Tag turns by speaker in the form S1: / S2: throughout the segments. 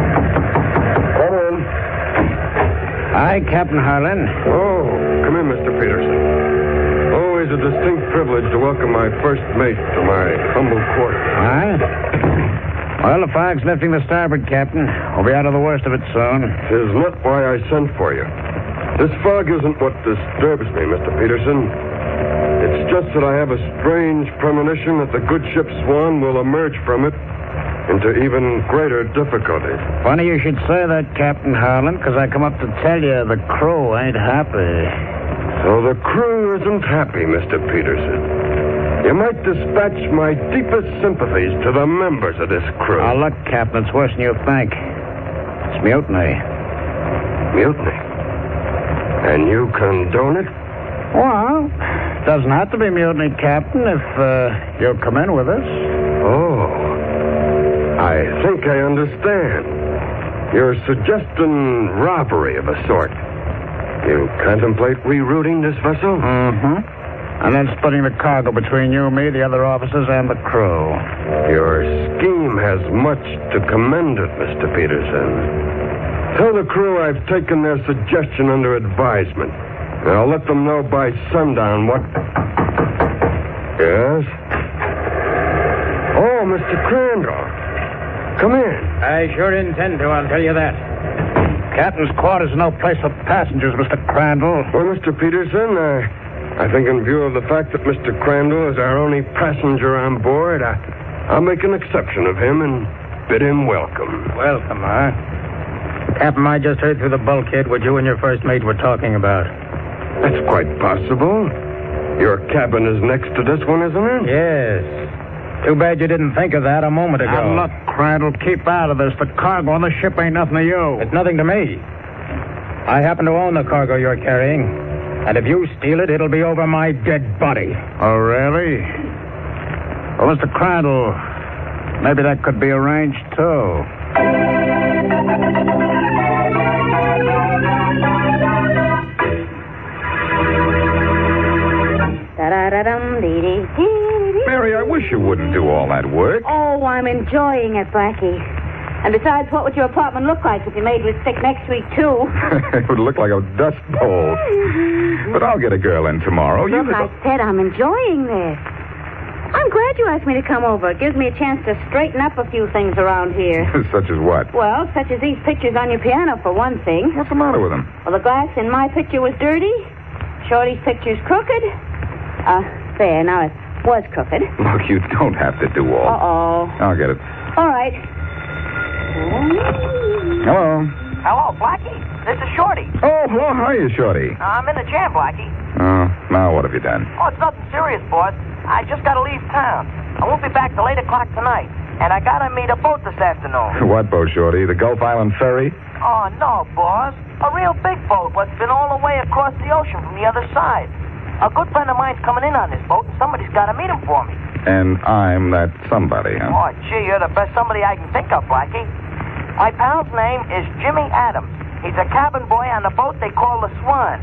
S1: Come in.
S2: Hi, Captain Harlan.
S1: Oh, come in, Mr. Peterson. Always a distinct privilege to welcome my first mate to my humble quarters.
S2: Huh? Well, the fog's lifting the starboard, Captain. We'll be out of the worst of it soon.
S1: Tis not why I sent for you. This fog isn't what disturbs me, Mr. Peterson. It's just that I have a strange premonition that the good ship Swan will emerge from it into even greater difficulties.
S2: Funny you should say that, Captain Harlan, because I come up to tell you the crew ain't happy.
S1: So the crew isn't happy, Mr. Peterson. You might dispatch my deepest sympathies to the members of this crew.
S2: Now, look, Captain, it's worse than you think. It's mutiny.
S1: Mutiny. And you condone it?
S2: Well, it doesn't have to be mutiny, Captain, if uh, you'll come in with us.
S1: Oh. I think I understand. You're suggesting robbery of a sort. You contemplate rerouting this vessel?
S2: Mm-hmm. And then splitting the cargo between you, me, the other officers, and the crew.
S1: Your scheme has much to commend it, Mr. Peterson. Tell the crew I've taken their suggestion under advisement. And I'll let them know by sundown what. Yes? Oh, Mr. Crandall. Come in.
S2: I sure intend to, I'll tell you that. Captain's quarters are no place for passengers, Mr. Crandall.
S1: Well, Mr. Peterson, uh, I think in view of the fact that Mr. Crandall is our only passenger on board, I, I'll make an exception of him and bid him welcome.
S2: Welcome, huh? Captain, I just heard through the bulkhead what you and your first mate were talking about.
S1: That's quite possible. Your cabin is next to this one, isn't it?
S2: Yes. Too bad you didn't think of that a moment ago.
S3: Now, look,
S2: Crandall, keep out of this. The cargo on the ship ain't nothing to you. It's nothing to me. I happen to own the cargo you're carrying. And if you steal it, it'll be over my dead body.
S3: Oh, really? Well, Mr. Crandall, maybe that could be arranged, too.
S4: Da-da-da-dum, dee-dee-dee-dee-dee.
S3: Mary, I wish you wouldn't do all that work.
S4: Oh, I'm enjoying it, Blackie. And besides, what would your apartment look like if you made me sick next week, too?
S3: it would look like a dust bowl. But I'll get a girl in tomorrow. You
S4: Look, I
S3: just-
S4: said I'm enjoying this. I'm glad you asked me to come over. It gives me a chance to straighten up a few things around here.
S3: Such as what?
S4: Well, such as these pictures on your piano, for one thing.
S3: What's the matter with him?
S4: Well, the glass in my picture was dirty. Shorty's picture's crooked. Uh, there, now it was crooked.
S3: Look, you don't have to do all.
S4: Uh-oh.
S3: I'll get it.
S4: All right.
S3: Hello.
S5: Hello, Blackie. This is Shorty.
S3: Oh, hello. How are you, Shorty?
S5: I'm in a jam, Blackie.
S3: Oh, now what have you done?
S5: Oh, it's nothing serious, boss. I just got to leave town. I won't be back till 8 o'clock tonight. And I got to meet a boat this afternoon.
S3: What boat, Shorty? The Gulf Island ferry?
S5: Oh, no, boss. A real big boat what's been all the way across the ocean from the other side. A good friend of mine's coming in on this boat, and somebody's got to meet him for me.
S3: And I'm that somebody, huh?
S5: Oh, gee, you're the best somebody I can think of, Blackie. My pal's name is Jimmy Adams. He's a cabin boy on the boat they call the Swan.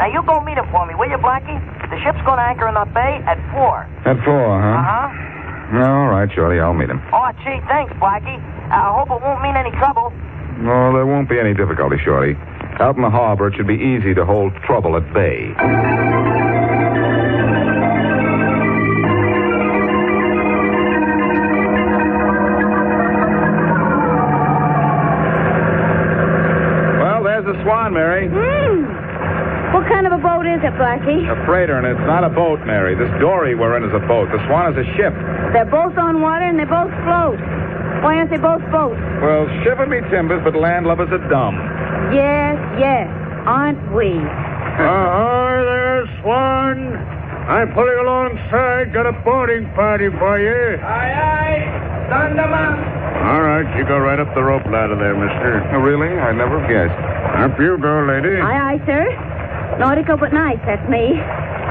S5: Now, you go meet him for me, will you, Blackie? The ship's going to anchor in the bay at 4.
S3: At four, huh?
S5: Uh-huh.
S3: All right, Shorty. I'll meet him.
S5: Oh, gee, thanks, Blackie. I hope it won't mean any trouble.
S3: No, there won't be any difficulty, Shorty. Out in the harbor, it should be easy to hold trouble at bay. Well, there's the Swan,
S6: Mary?
S4: Hmm. What kind of a boat is it, Blackie?
S6: A freighter, and it's not a boat, Mary. This dory we're in is a boat. The Swan is a ship.
S4: They're both on water and they both float. Why aren't they both boats?
S6: Well, shiver me timbers, but land lovers are dumb.
S4: Yes, yes. Aren't we?
S7: Ahoy there, Swan. Uh-huh, I'm pulling alongside. Got a boarding party for you.
S2: Aye, aye. Thunderman.
S7: All right, you go right up the rope ladder there, mister.
S6: Oh, really? I never guessed.
S7: Up you go, lady.
S4: Aye, aye, sir. Nautical but nice, that's me.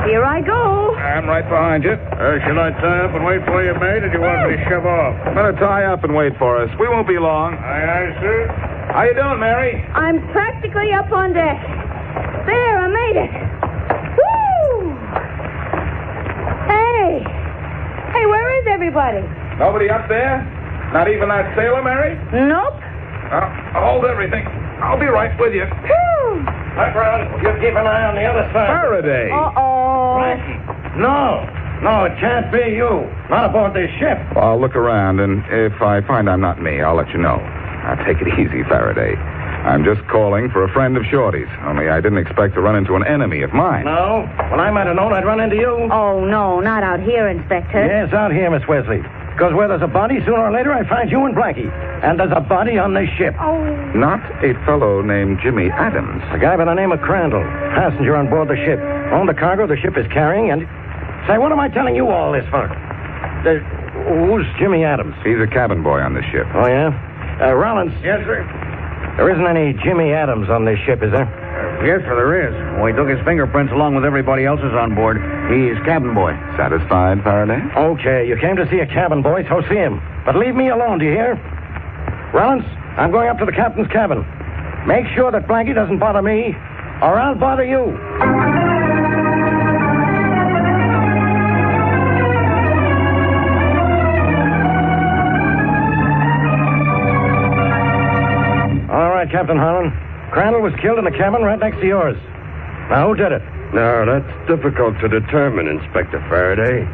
S4: Here I go.
S6: I'm right behind you.
S7: Uh, shall I tie up and wait for you, mate, or do you want me to shove off?
S6: Better tie up and wait for us. We won't be long.
S7: Aye, aye, sir.
S6: How you doing, Mary?
S4: I'm practically up on deck. There, I made it. Woo! Hey! Hey, where is everybody?
S6: Nobody up there? Not even that sailor, Mary?
S4: Nope.
S6: Uh, hold everything. I'll be right with you.
S4: Whew.
S2: Look round. You keep an eye on the other side.
S6: Faraday.
S4: Uh-oh.
S2: Blackie. No. No, it can't be you. Not aboard this ship.
S6: I'll look around, and if I find I'm not me, I'll let you know. Now, take it easy, Faraday. I'm just calling for a friend of Shorty's, only I didn't expect to run into an enemy of mine.
S2: No. When I might have known, I'd run into you.
S4: Oh, no, not out here, Inspector.
S2: Yes, out here, Miss Wesley. Because where there's a body, sooner or later I find you and Blackie. And there's a body on this ship.
S4: Oh.
S6: Not a fellow named Jimmy Adams.
S2: A guy by the name of Crandall, passenger on board the ship, owned the cargo the ship is carrying, and. Say, what am I telling you all this for? There's... Who's Jimmy Adams?
S6: He's a cabin boy on the ship.
S2: Oh, yeah? Uh, Rollins. Yes, sir. There isn't any Jimmy Adams on this ship, is there?
S3: Uh, Yes, sir, there is. We took his fingerprints along with everybody else's on board. He's cabin boy.
S6: Satisfied, Faraday?
S2: Okay, you came to see a cabin boy, so see him. But leave me alone, do you hear? Rollins, I'm going up to the captain's cabin. Make sure that Blackie doesn't bother me, or I'll bother you. All right, Captain Harlan. Crandall was killed in the cabin right next to yours. Now, who did it?
S1: Now, that's difficult to determine, Inspector Faraday.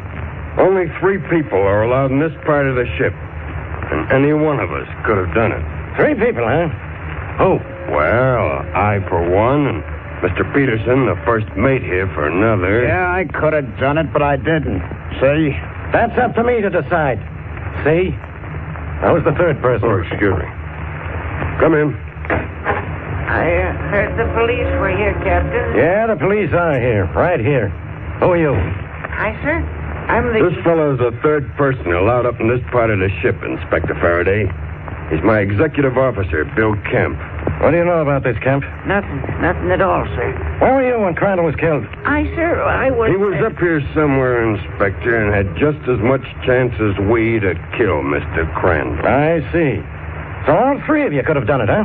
S1: Only three people are allowed in this part of the ship, and any one of us could have done it. Oh,
S2: Three people, huh? Who?
S1: Well, I for one, and Mr. Peterson, the first mate here, for another.
S3: Yeah, I could have done it, but I didn't.
S1: See?
S2: That's up to me to decide. See? That was the third person.
S1: Oh, excuse me. Come in.
S8: I uh, heard the police were here, Captain.
S2: Yeah, the police are here. Right here. Who are you?
S8: Hi, sir. I'm the.
S1: This fellow's the third person allowed up in this part of the ship, Inspector Faraday. He's my executive officer, Bill Kemp.
S2: What do you know about this, Kemp?
S8: Nothing. Nothing at all, sir.
S2: Where were you when Crandall was killed?
S8: I, sir, I was.
S1: He was up here somewhere, Inspector, and had just as much chance as we to kill Mr. Crandall.
S2: I see. So all three of you could have done it, huh?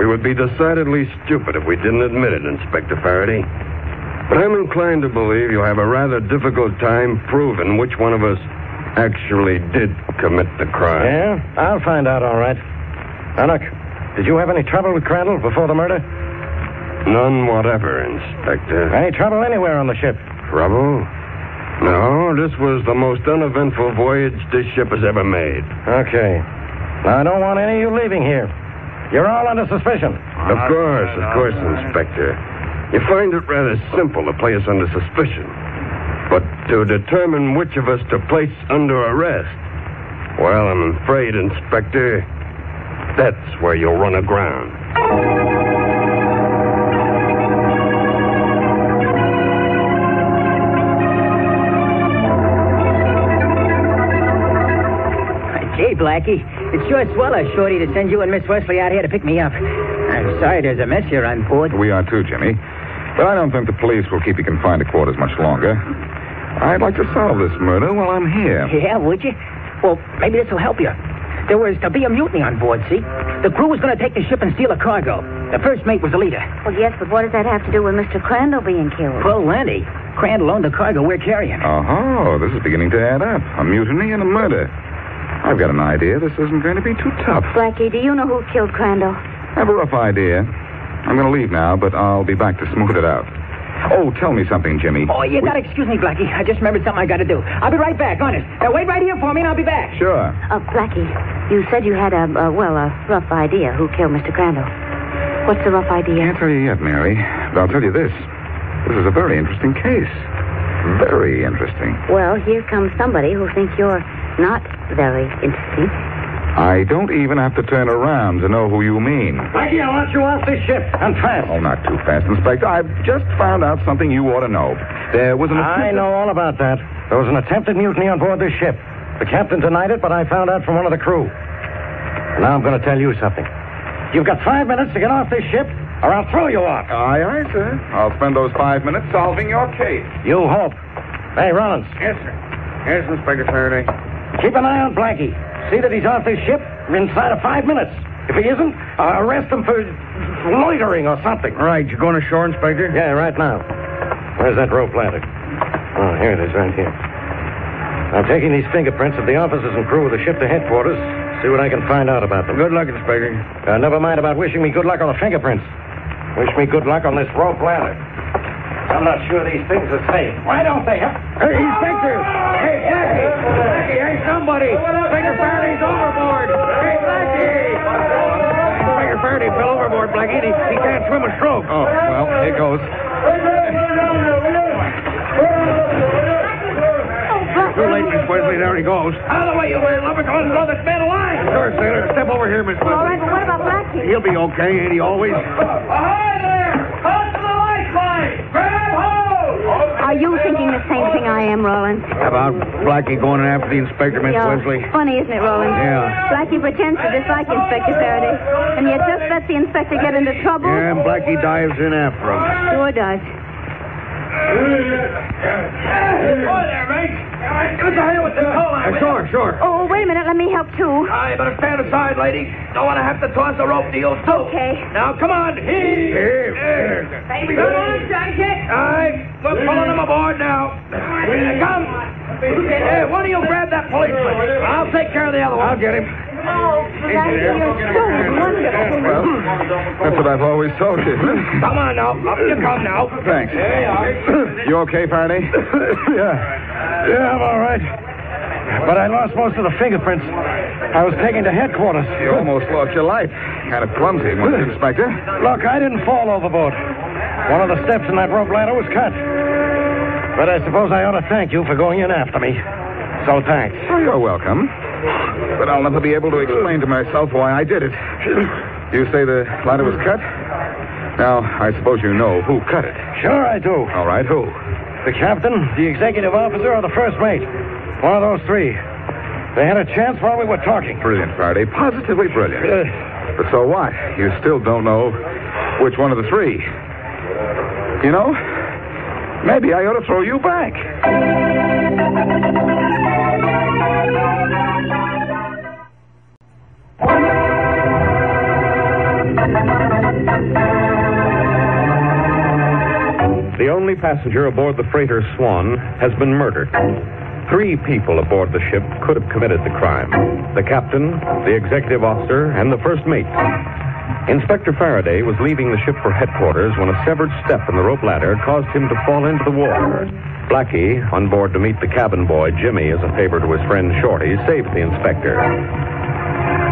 S1: We would be decidedly stupid if we didn't admit it, Inspector Faraday. But I'm inclined to believe you'll have a rather difficult time proving which one of us actually did commit the crime.
S2: Yeah, I'll find out, all right. Now, look, did you have any trouble with Crandall before the murder?
S1: None whatever, Inspector.
S2: Any trouble anywhere on the ship?
S1: Trouble? No, this was the most uneventful voyage this ship has ever made.
S2: Okay. Now, I don't want any of you leaving here. You're all under suspicion.
S1: Of course, of course, Inspector. You find it rather simple to place under suspicion. But to determine which of us to place under arrest, well, I'm afraid, Inspector, that's where you'll run aground.
S9: Gee, Blackie, it sure swell us, Shorty, to send you and Miss Wesley out here to pick me up. I'm sorry there's a mess here on board.
S6: We are too, Jimmy. But I don't think the police will keep you confined to quarters much longer. I'd like to solve this murder while I'm here.
S9: Yeah, would you? Well, maybe this will help you. There was to be a mutiny on board, see? The crew was going to take the ship and steal the cargo. The first mate was the leader.
S4: Well, yes, but what does that have to do with Mr. Crandall being killed?
S9: Well, Landy, Crandall owned the cargo we're carrying.
S6: Oh, this is beginning to add up. A mutiny and a murder. I've got an idea. This isn't going to be too tough.
S4: Blackie, do you know who killed Crandall?
S6: I have a rough idea. I'm going to leave now, but I'll be back to smooth it out. Oh, tell me something, Jimmy.
S9: Oh, you gotta excuse me, Blackie. I just remembered something I gotta do. I'll be right back, honest. Now, wait right here for me and I'll be back.
S6: Sure.
S4: Uh, Blackie, you said you had a, uh, well, a rough idea who killed Mr. Crandall. What's the rough idea?
S6: Can't tell you yet, Mary, but I'll tell you this. This is a very interesting case. Very interesting.
S4: Well, here comes somebody who thinks you're not very interesting.
S6: I don't even have to turn around to know who you mean.
S2: Blackie, I want you off this ship. And fast.
S6: Oh, not too fast, Inspector. I've just found out something you ought to know. There was an.
S2: I know all about that. There was an attempted mutiny on board this ship. The captain denied it, but I found out from one of the crew. Now I'm going to tell you something. You've got five minutes to get off this ship, or I'll throw you off.
S6: Aye, aye, sir. I'll spend those five minutes solving your case.
S2: You hope. Hey, Rollins.
S7: Yes, sir. Yes, Inspector Faraday.
S2: Keep an eye on Blackie. See that he's off this ship inside of five minutes. If he isn't, uh, arrest him for loitering or something.
S7: Right, you going ashore, Inspector?
S2: Yeah, right now. Where's that rope ladder? Oh, here it is, right here. I'm taking these fingerprints of the officers and crew of the ship to headquarters. See what I can find out about them.
S7: Good luck, Inspector.
S2: Uh, never mind about wishing me good luck on the fingerprints. Wish me good luck on this rope ladder. I'm not sure these things are safe. Why don't they? Huh? Hey, Inspector! Hey, Blackie! Blackie, hey, somebody! Inspector Faraday's overboard! Hey, Blackie! Inspector Faraday fell overboard, Blackie. and He, he can't swim a stroke.
S6: Oh, well, here goes.
S7: Too late, Miss Wesley. There he goes.
S2: Out of the way, you wear lover. Come on, blow this man alive!
S7: Sure, sailor. Step over here, Miss Wesley.
S4: All right, but what about Blackie?
S7: He'll be okay, ain't he always?
S4: Are you thinking the same thing I am, Rollins?
S7: How about Blackie going after the inspector, Miss
S4: Yeah.
S7: Wesley?
S4: Funny, isn't it, Rollins?
S7: Yeah.
S4: Blackie pretends to dislike Inspector Faraday, and yet just lets the inspector get into trouble.
S7: Yeah, and Blackie dives in after him.
S4: Sure does.
S2: Get the hell with the coal
S7: sure, sure.
S4: Oh, wait a minute. Let me help, too.
S2: I better stand aside, ladies. Don't want to have to toss the rope to you, too.
S4: Okay.
S2: Now, come on. Here. Come on, Sergeant. All right. We're pulling them aboard now. Come. Hey, one of you grab that policeman. I'll take care of the other one. I'll get him.
S4: Oh, Blackie, you're so wonderful.
S6: Well, that's what I've always told you.
S2: Come on now. Up you come now.
S6: Thanks. You okay, Faraday?
S2: yeah. Yeah, I'm all right. But I lost most of the fingerprints. I was taken to headquarters.
S6: You almost lost your life. Kind of clumsy, wasn't it, Inspector?
S2: Look, I didn't fall overboard. One of the steps in that rope ladder was cut. But I suppose I ought to thank you for going in after me. So thanks.
S6: Oh, you're welcome. But I'll never be able to explain to myself why I did it. You say the ladder was cut? Now, I suppose you know who cut it.
S2: Sure, I do.
S6: All right, who?
S2: The captain, the executive officer, or the first mate. One of those three. They had a chance while we were talking. Uh,
S6: Brilliant, Faraday. Positively brilliant. But so what? You still don't know which one of the three. You know, maybe I ought to throw you back.
S10: The only passenger aboard the freighter Swan has been murdered. Three people aboard the ship could have committed the crime the captain, the executive officer, and the first mate. Inspector Faraday was leaving the ship for headquarters when a severed step in the rope ladder caused him to fall into the water. Blackie, on board to meet the cabin boy, Jimmy, as a favor to his friend Shorty, saved the inspector.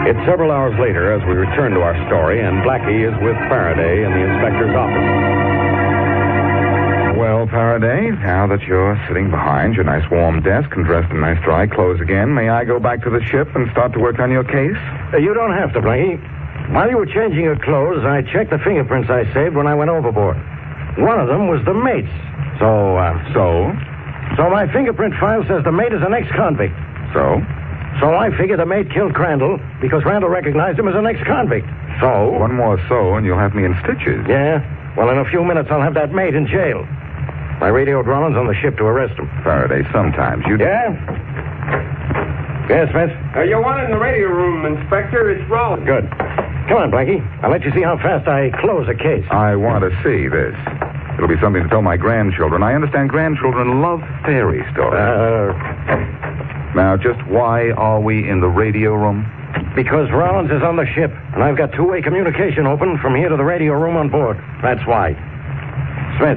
S10: It's several hours later as we return to our story, and Blackie is with Faraday in the inspector's office.
S6: Well, Faraday, now that you're sitting behind your nice warm desk and dressed in nice dry clothes again, may I go back to the ship and start to work on your case?
S2: Uh, You don't have to, Blackie. While you were changing your clothes, I checked the fingerprints I saved when I went overboard. One of them was the mate's. So, uh,
S6: So?
S2: so my fingerprint file says the mate is an ex-convict.
S6: So?
S2: So I figure the mate killed Crandall because Crandall recognized him as an ex-convict.
S6: So? One more so, and you'll have me in stitches.
S2: Yeah. Well, in a few minutes, I'll have that mate in jail. I radioed Rollins on the ship to arrest him.
S6: Faraday, sometimes you.
S2: Yeah? Yes, Smith?
S11: Uh, you're one in the radio room, Inspector. It's Rollins.
S2: Good. Come on, Blackie. I'll let you see how fast I close a case.
S6: I want to see this. It'll be something to tell my grandchildren. I understand grandchildren love fairy stories.
S2: Uh.
S6: now, just why are we in the radio room?
S2: Because Rollins is on the ship, and I've got two-way communication open from here to the radio room on board. That's why. Smith,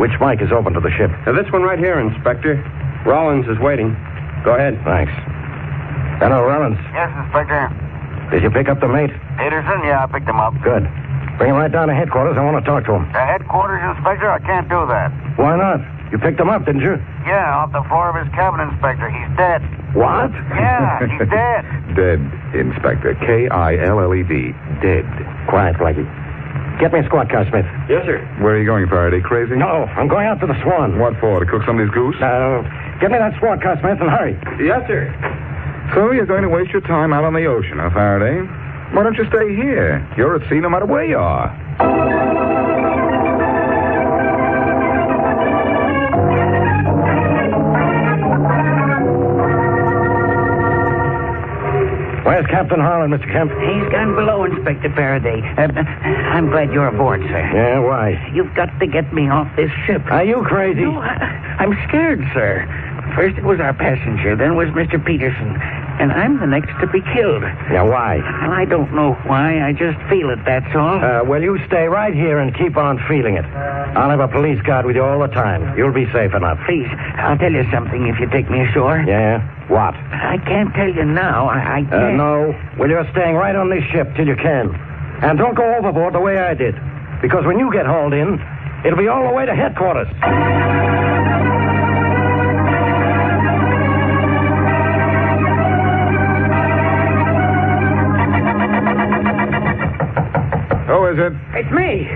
S2: which mic is open to the ship?
S11: Now, this one right here, Inspector. Rollins is waiting. Go ahead.
S2: Thanks. Hello, Rollins.
S5: Yes, Inspector.
S2: Did you pick up the mate?
S5: Peterson, yeah, I picked him up.
S2: Good. Bring him right down to headquarters. I want to talk to him.
S5: Uh, headquarters, Inspector, I can't do that.
S2: Why not? You picked him up, didn't you?
S5: Yeah, off the floor of his cabin, Inspector. He's dead.
S2: What?
S5: Yeah, he's dead.
S6: Dead, Inspector. K I L L E D. Dead.
S2: Quiet, Blackie. Get me a squad car, Smith.
S1: Yes, sir.
S6: Where are you going, Faraday? Crazy?
S2: No, I'm going out to the Swan.
S6: What for? To cook somebody's goose?
S2: Uh, get me that squad car, Smith, and hurry.
S1: Yes, sir.
S6: So you're going to waste your time out on the ocean, huh, Faraday? Why don't you stay here? You're at sea no matter where you are.
S2: Where's Captain Harlan, Mr. Kemp?
S12: He's gone below, Inspector Faraday. Uh, I'm glad you're aboard, sir.
S2: Yeah, why?
S12: You've got to get me off this ship.
S2: Are you crazy?
S12: No, I, I'm scared, sir. First it was our passenger, then it was Mr. Peterson, and I'm the next to be killed.
S2: Now, why?
S12: Well, I don't know why. I just feel it, that's all.
S2: Uh, well, you stay right here and keep on feeling it. I'll have a police guard with you all the time. You'll be safe enough.
S12: Please, I'll tell you something if you take me ashore.
S2: Yeah? What?
S12: I can't tell you now. I, I can't.
S2: Uh, no. Well, you're staying right on this ship till you can. And don't go overboard the way I did. Because when you get hauled in, it'll be all the way to headquarters.
S6: Who Oh, is it?
S4: It's me,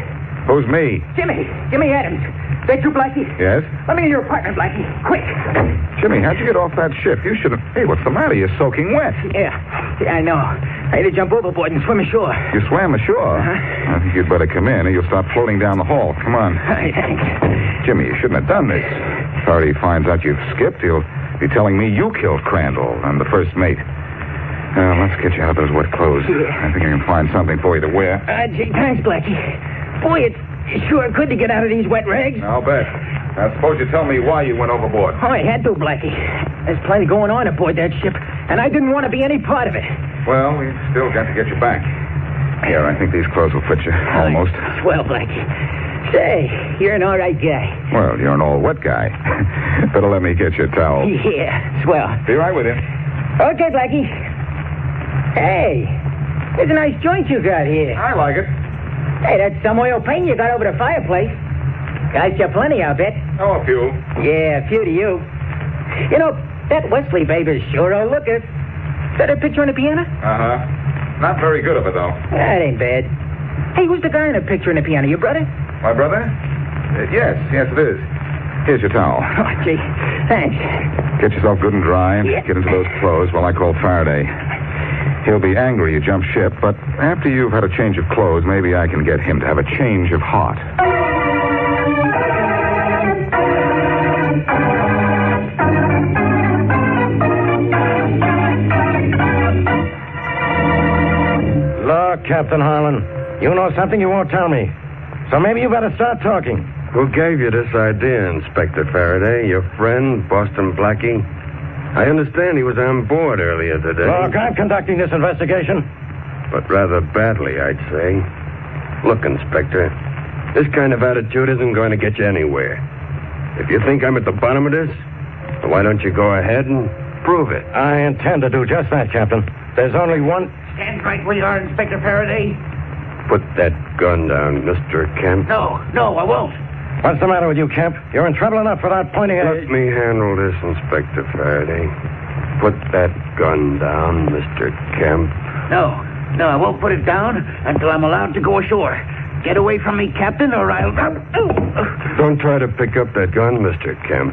S6: Who's me?
S4: Jimmy. Jimmy Adams. That you, Blackie?
S6: Yes?
S4: Let me in your apartment, Blackie. Quick.
S6: Jimmy, how'd you get off that ship? You should have. Hey, what's the matter? You're soaking wet.
S4: Yeah. Yeah, I know. I had to jump overboard and swim ashore.
S6: You swam ashore. I think you'd better come in or you'll start floating down the hall. Come on.
S4: Hey, thanks.
S6: Jimmy, you shouldn't have done this. Sorry he finds out you've skipped. He'll be telling me you killed Crandall and the first mate. Now, let's get you out of those wet clothes. I think I can find something for you to wear.
S4: Uh, gee, thanks, Blackie. Boy, it's it's sure good to get out of these wet rags.
S6: I'll bet. Now, suppose you tell me why you went overboard.
S4: Oh, I had to, Blackie. There's plenty going on aboard that ship, and I didn't want to be any part of it.
S6: Well, we've still got to get you back. Here, I think these clothes will fit you. Almost.
S4: Swell, Blackie. Say, you're an all right guy.
S6: Well, you're an all wet guy. Better let me get your towel.
S4: Yeah, swell.
S6: Be right with you.
S4: Okay, Blackie. Hey, it's a nice joint you got here.
S6: I like it.
S4: Hey, that's some oil paint you got over the fireplace. Got you plenty, I bet.
S6: Oh, a few.
S4: Yeah, a few to you. You know, that Wesley baby's sure a looker. Is that a picture on the piano?
S6: Uh huh. Not very good of it, though.
S4: That ain't bad. Hey, who's the guy in the picture on the piano? Your brother?
S6: My brother? Uh, yes, yes, it is. Here's your towel.
S4: Oh, gee. Thanks.
S6: Get yourself good and dry and
S4: Yeah.
S6: get into those clothes while I call Faraday. He'll be angry you jumped ship, but after you've had a change of clothes, maybe I can get him to have a change of heart.
S2: Look, Captain Harlan, you know something you won't tell me. So maybe you better start talking.
S1: Who gave you this idea, Inspector Faraday? Your friend, Boston Blackie? I understand he was on board earlier today.
S2: Look, I'm conducting this investigation.
S1: But rather badly, I'd say. Look, Inspector, this kind of attitude isn't going to get you anywhere. If you think I'm at the bottom of this, why don't you go ahead and prove it?
S2: I intend to do just that, Captain. There's only one.
S12: Stand right where you are, Inspector Faraday.
S1: Put that gun down, Mr. Kemp.
S12: No, no, I won't.
S2: What's the matter with you, Kemp? You're in trouble enough without pointing at.
S1: Let me handle this, Inspector Faraday. Put that gun down, Mr. Kemp.
S12: No,
S2: Uh,
S12: no, I won't put it down until I'm allowed to go ashore. Get away from me, Captain, or I'll. Oh,
S1: Don't try to pick up that gun, Mr. Kemp.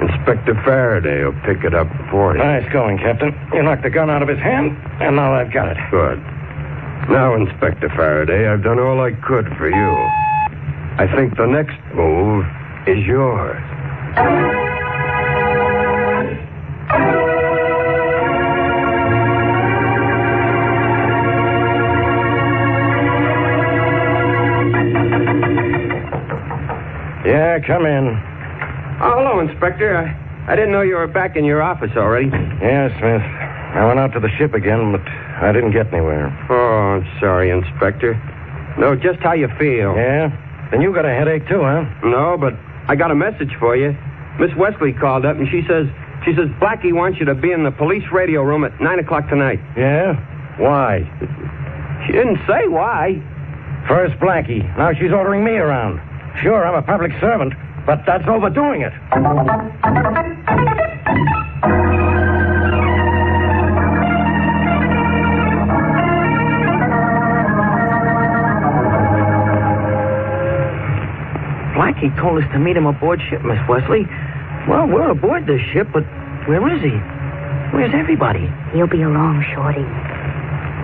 S1: Inspector Faraday will pick it up for you.
S2: Nice going, Captain. You knocked the gun out of his hand, and now I've got it.
S1: Good. Now, Inspector Faraday, I've done all I could for you. I think the next move is yours.
S2: Yeah, come in.
S1: Oh, hello, Inspector. I, I didn't know you were back in your office already.
S2: Yes, Smith. I went out to the ship again, but I didn't get anywhere.
S1: Oh, I'm sorry, Inspector. No, just how you feel.
S2: Yeah? Then you got a headache too, huh?
S1: No, but I got a message for you. Miss Wesley called up and she says she says Blackie wants you to be in the police radio room at nine o'clock tonight.
S2: Yeah? Why?
S1: She didn't say why.
S13: First Blackie. Now she's ordering me around. Sure, I'm a public servant, but that's overdoing it.
S2: Blackie told us to meet him aboard ship, Miss Wesley. Well, we're aboard this ship, but where is he? Where's everybody?
S4: You'll be along, Shorty.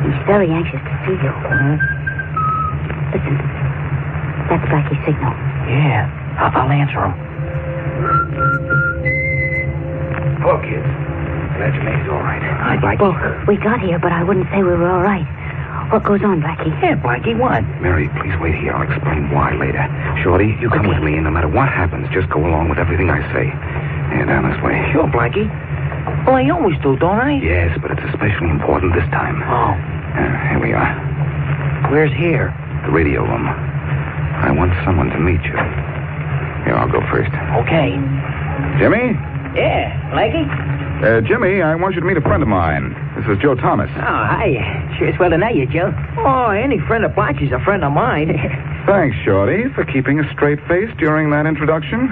S4: He's very anxious to see you. Listen, that's Blackie's signal.
S14: Yeah, I- I'll answer him.
S13: Poor kids. Glad you made it all right.
S4: I'd like well, we got here, but I wouldn't say we were all right. What goes on, Blackie?
S14: Yeah, Blackie, what?
S15: Mary, please wait here. I'll explain why later. Shorty, you come with me, and no matter what happens, just go along with everything I say. Yeah, down this way.
S14: Sure, Blackie. Well, I always do, don't I?
S15: Yes, but it's especially important this time.
S14: Oh.
S15: Uh, here we are.
S14: Where's here?
S15: The radio room. I want someone to meet you. Here, I'll go first.
S14: Okay.
S6: Jimmy?
S14: Yeah, Blackie?
S6: Uh, Jimmy, I want you to meet a friend of mine. This is Joe Thomas.
S2: Oh, hi. Sure it's well to know you, Joe. Oh, any friend of Blackie's a friend of mine.
S6: Thanks, Shorty, for keeping a straight face during that introduction.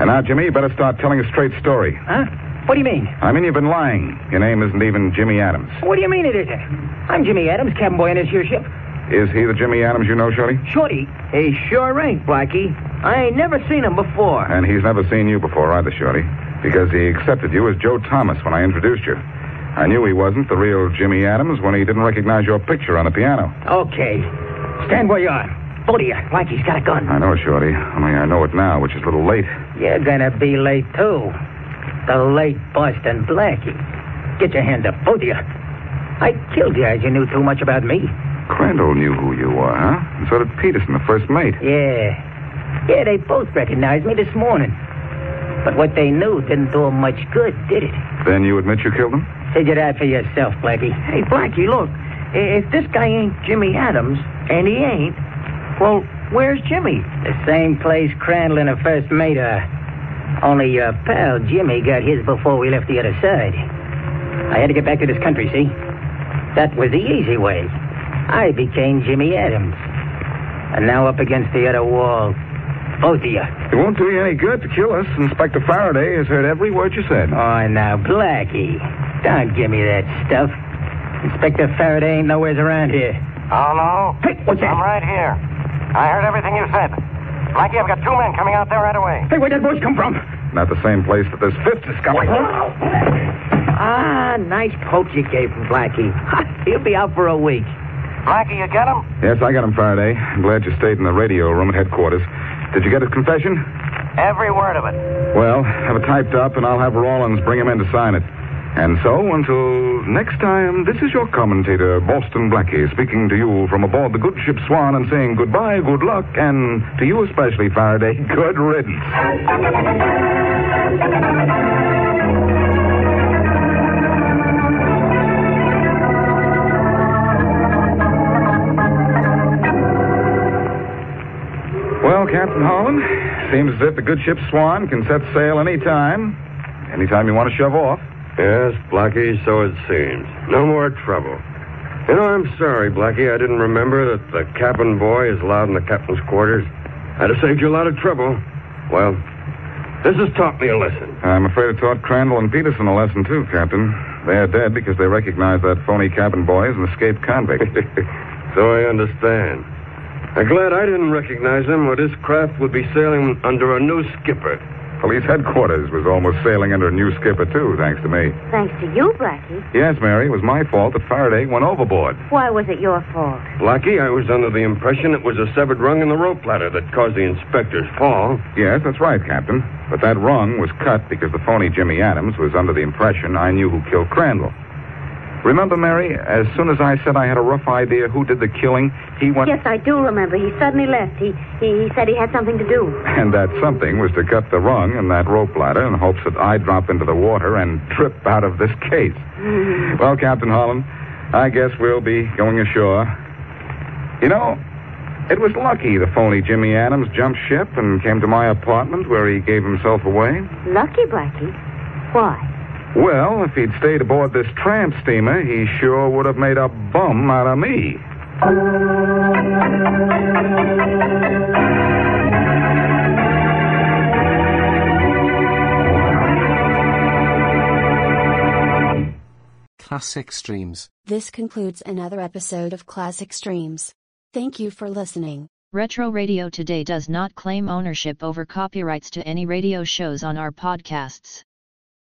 S6: And now, Jimmy, you better start telling a straight story.
S2: huh? What do you mean?
S6: I mean, you've been lying. Your name isn't even Jimmy Adams.
S2: What do you mean it isn't? I'm Jimmy Adams, cabin boy on this here ship.
S6: Is he the Jimmy Adams you know, Shorty?
S2: Shorty, he sure ain't, Blackie. I ain't never seen him before.
S6: And he's never seen you before either, Shorty, because he accepted you as Joe Thomas when I introduced you. I knew he wasn't the real Jimmy Adams when he didn't recognize your picture on the piano.
S2: Okay. Stand where you are. Both of you. Blackie's got a gun.
S6: I know, Shorty. Only I know it now, which is a little late.
S2: You're gonna be late, too. The late Boston Blackie. Get your hand up, both of you. I killed you as you knew too much about me.
S6: Crandall knew who you were, huh? And so did Peterson, the first mate.
S2: Yeah. Yeah, they both recognized me this morning. But what they knew didn't do 'em much good, did it?
S6: Then you admit you killed him?
S2: Figure that for yourself, Blackie. Hey, Blackie, look. I- If this guy ain't Jimmy Adams, and he ain't, well, where's Jimmy? The same place Crandall and the first mate are. Only your pal Jimmy got his before we left the other side. I had to get back to this country, see? That was the easy way. I became Jimmy Adams. And now up against the other wall. Both of you.
S6: It won't do you any good to kill us. Inspector Faraday has heard every word you said.
S2: Oh, now, Blackie, don't give me that stuff. Inspector Faraday ain't nowheres around here.
S5: Oh, no. Hey, what's that? I'm right here. I heard everything you said. Blackie, I've got two men coming out there right away.
S2: Hey, where'd that voice come from?
S6: Not the same place that this fifth is going.
S2: Ah, nice poke you gave him, Blackie. He'll be out for a week.
S5: Blackie, you get him?
S6: Yes, I got him, Faraday. I'm glad you stayed in the radio room at headquarters. Did you get his confession?
S5: Every word of it.
S6: Well, have it typed up, and I'll have Rawlins bring him in to sign it. And so, until next time, this is your commentator, Boston Blackie, speaking to you from aboard the good ship Swan and saying goodbye, good luck, and to you especially, Faraday, good riddance. Well, Captain Holland, seems as if the good ship Swan can set sail any time. Anytime you want to shove off.
S1: Yes, Blackie, so it seems. No more trouble. You know, I'm sorry, Blackie. I didn't remember that the cabin boy is allowed in the captain's quarters. I'd have saved you a lot of trouble. Well, this has taught me a lesson.
S6: I'm afraid it taught Crandall and Peterson a lesson, too, Captain. They're dead because they recognized that phony cabin boy as an escaped convict.
S1: So I understand. I'm glad I didn't recognize him, or this craft would be sailing under a new skipper.
S6: Police headquarters was almost sailing under a new skipper, too, thanks to me.
S4: Thanks to you, Blackie.
S6: Yes, Mary, it was my fault that Faraday went overboard.
S4: Why was it your fault?
S1: Blackie, I was under the impression it was a severed rung in the rope ladder that caused the inspector's fall.
S6: Yes, that's right, Captain. But that rung was cut because the phony Jimmy Adams was under the impression I knew who killed Crandall. Remember, Mary, as soon as I said I had a rough idea who did the killing, he went.
S4: Yes, I do remember. He suddenly left. He, he, he said he had something to do.
S6: And that something was to cut the rung in that rope ladder in hopes that I drop into the water and trip out of this case. Well, Captain Holland, I guess we'll be going ashore. You know, it was lucky the phony Jimmy Adams jumped ship and came to my apartment where he gave himself away.
S4: Lucky, Blackie. Why?
S6: Well, if he'd stayed aboard this tramp steamer, he sure would have made a bum out of me.
S16: Classic Streams.
S17: This concludes another episode of Classic Streams. Thank you for listening.
S6: Retro Radio Today does not claim ownership over copyrights to any radio shows on our podcasts.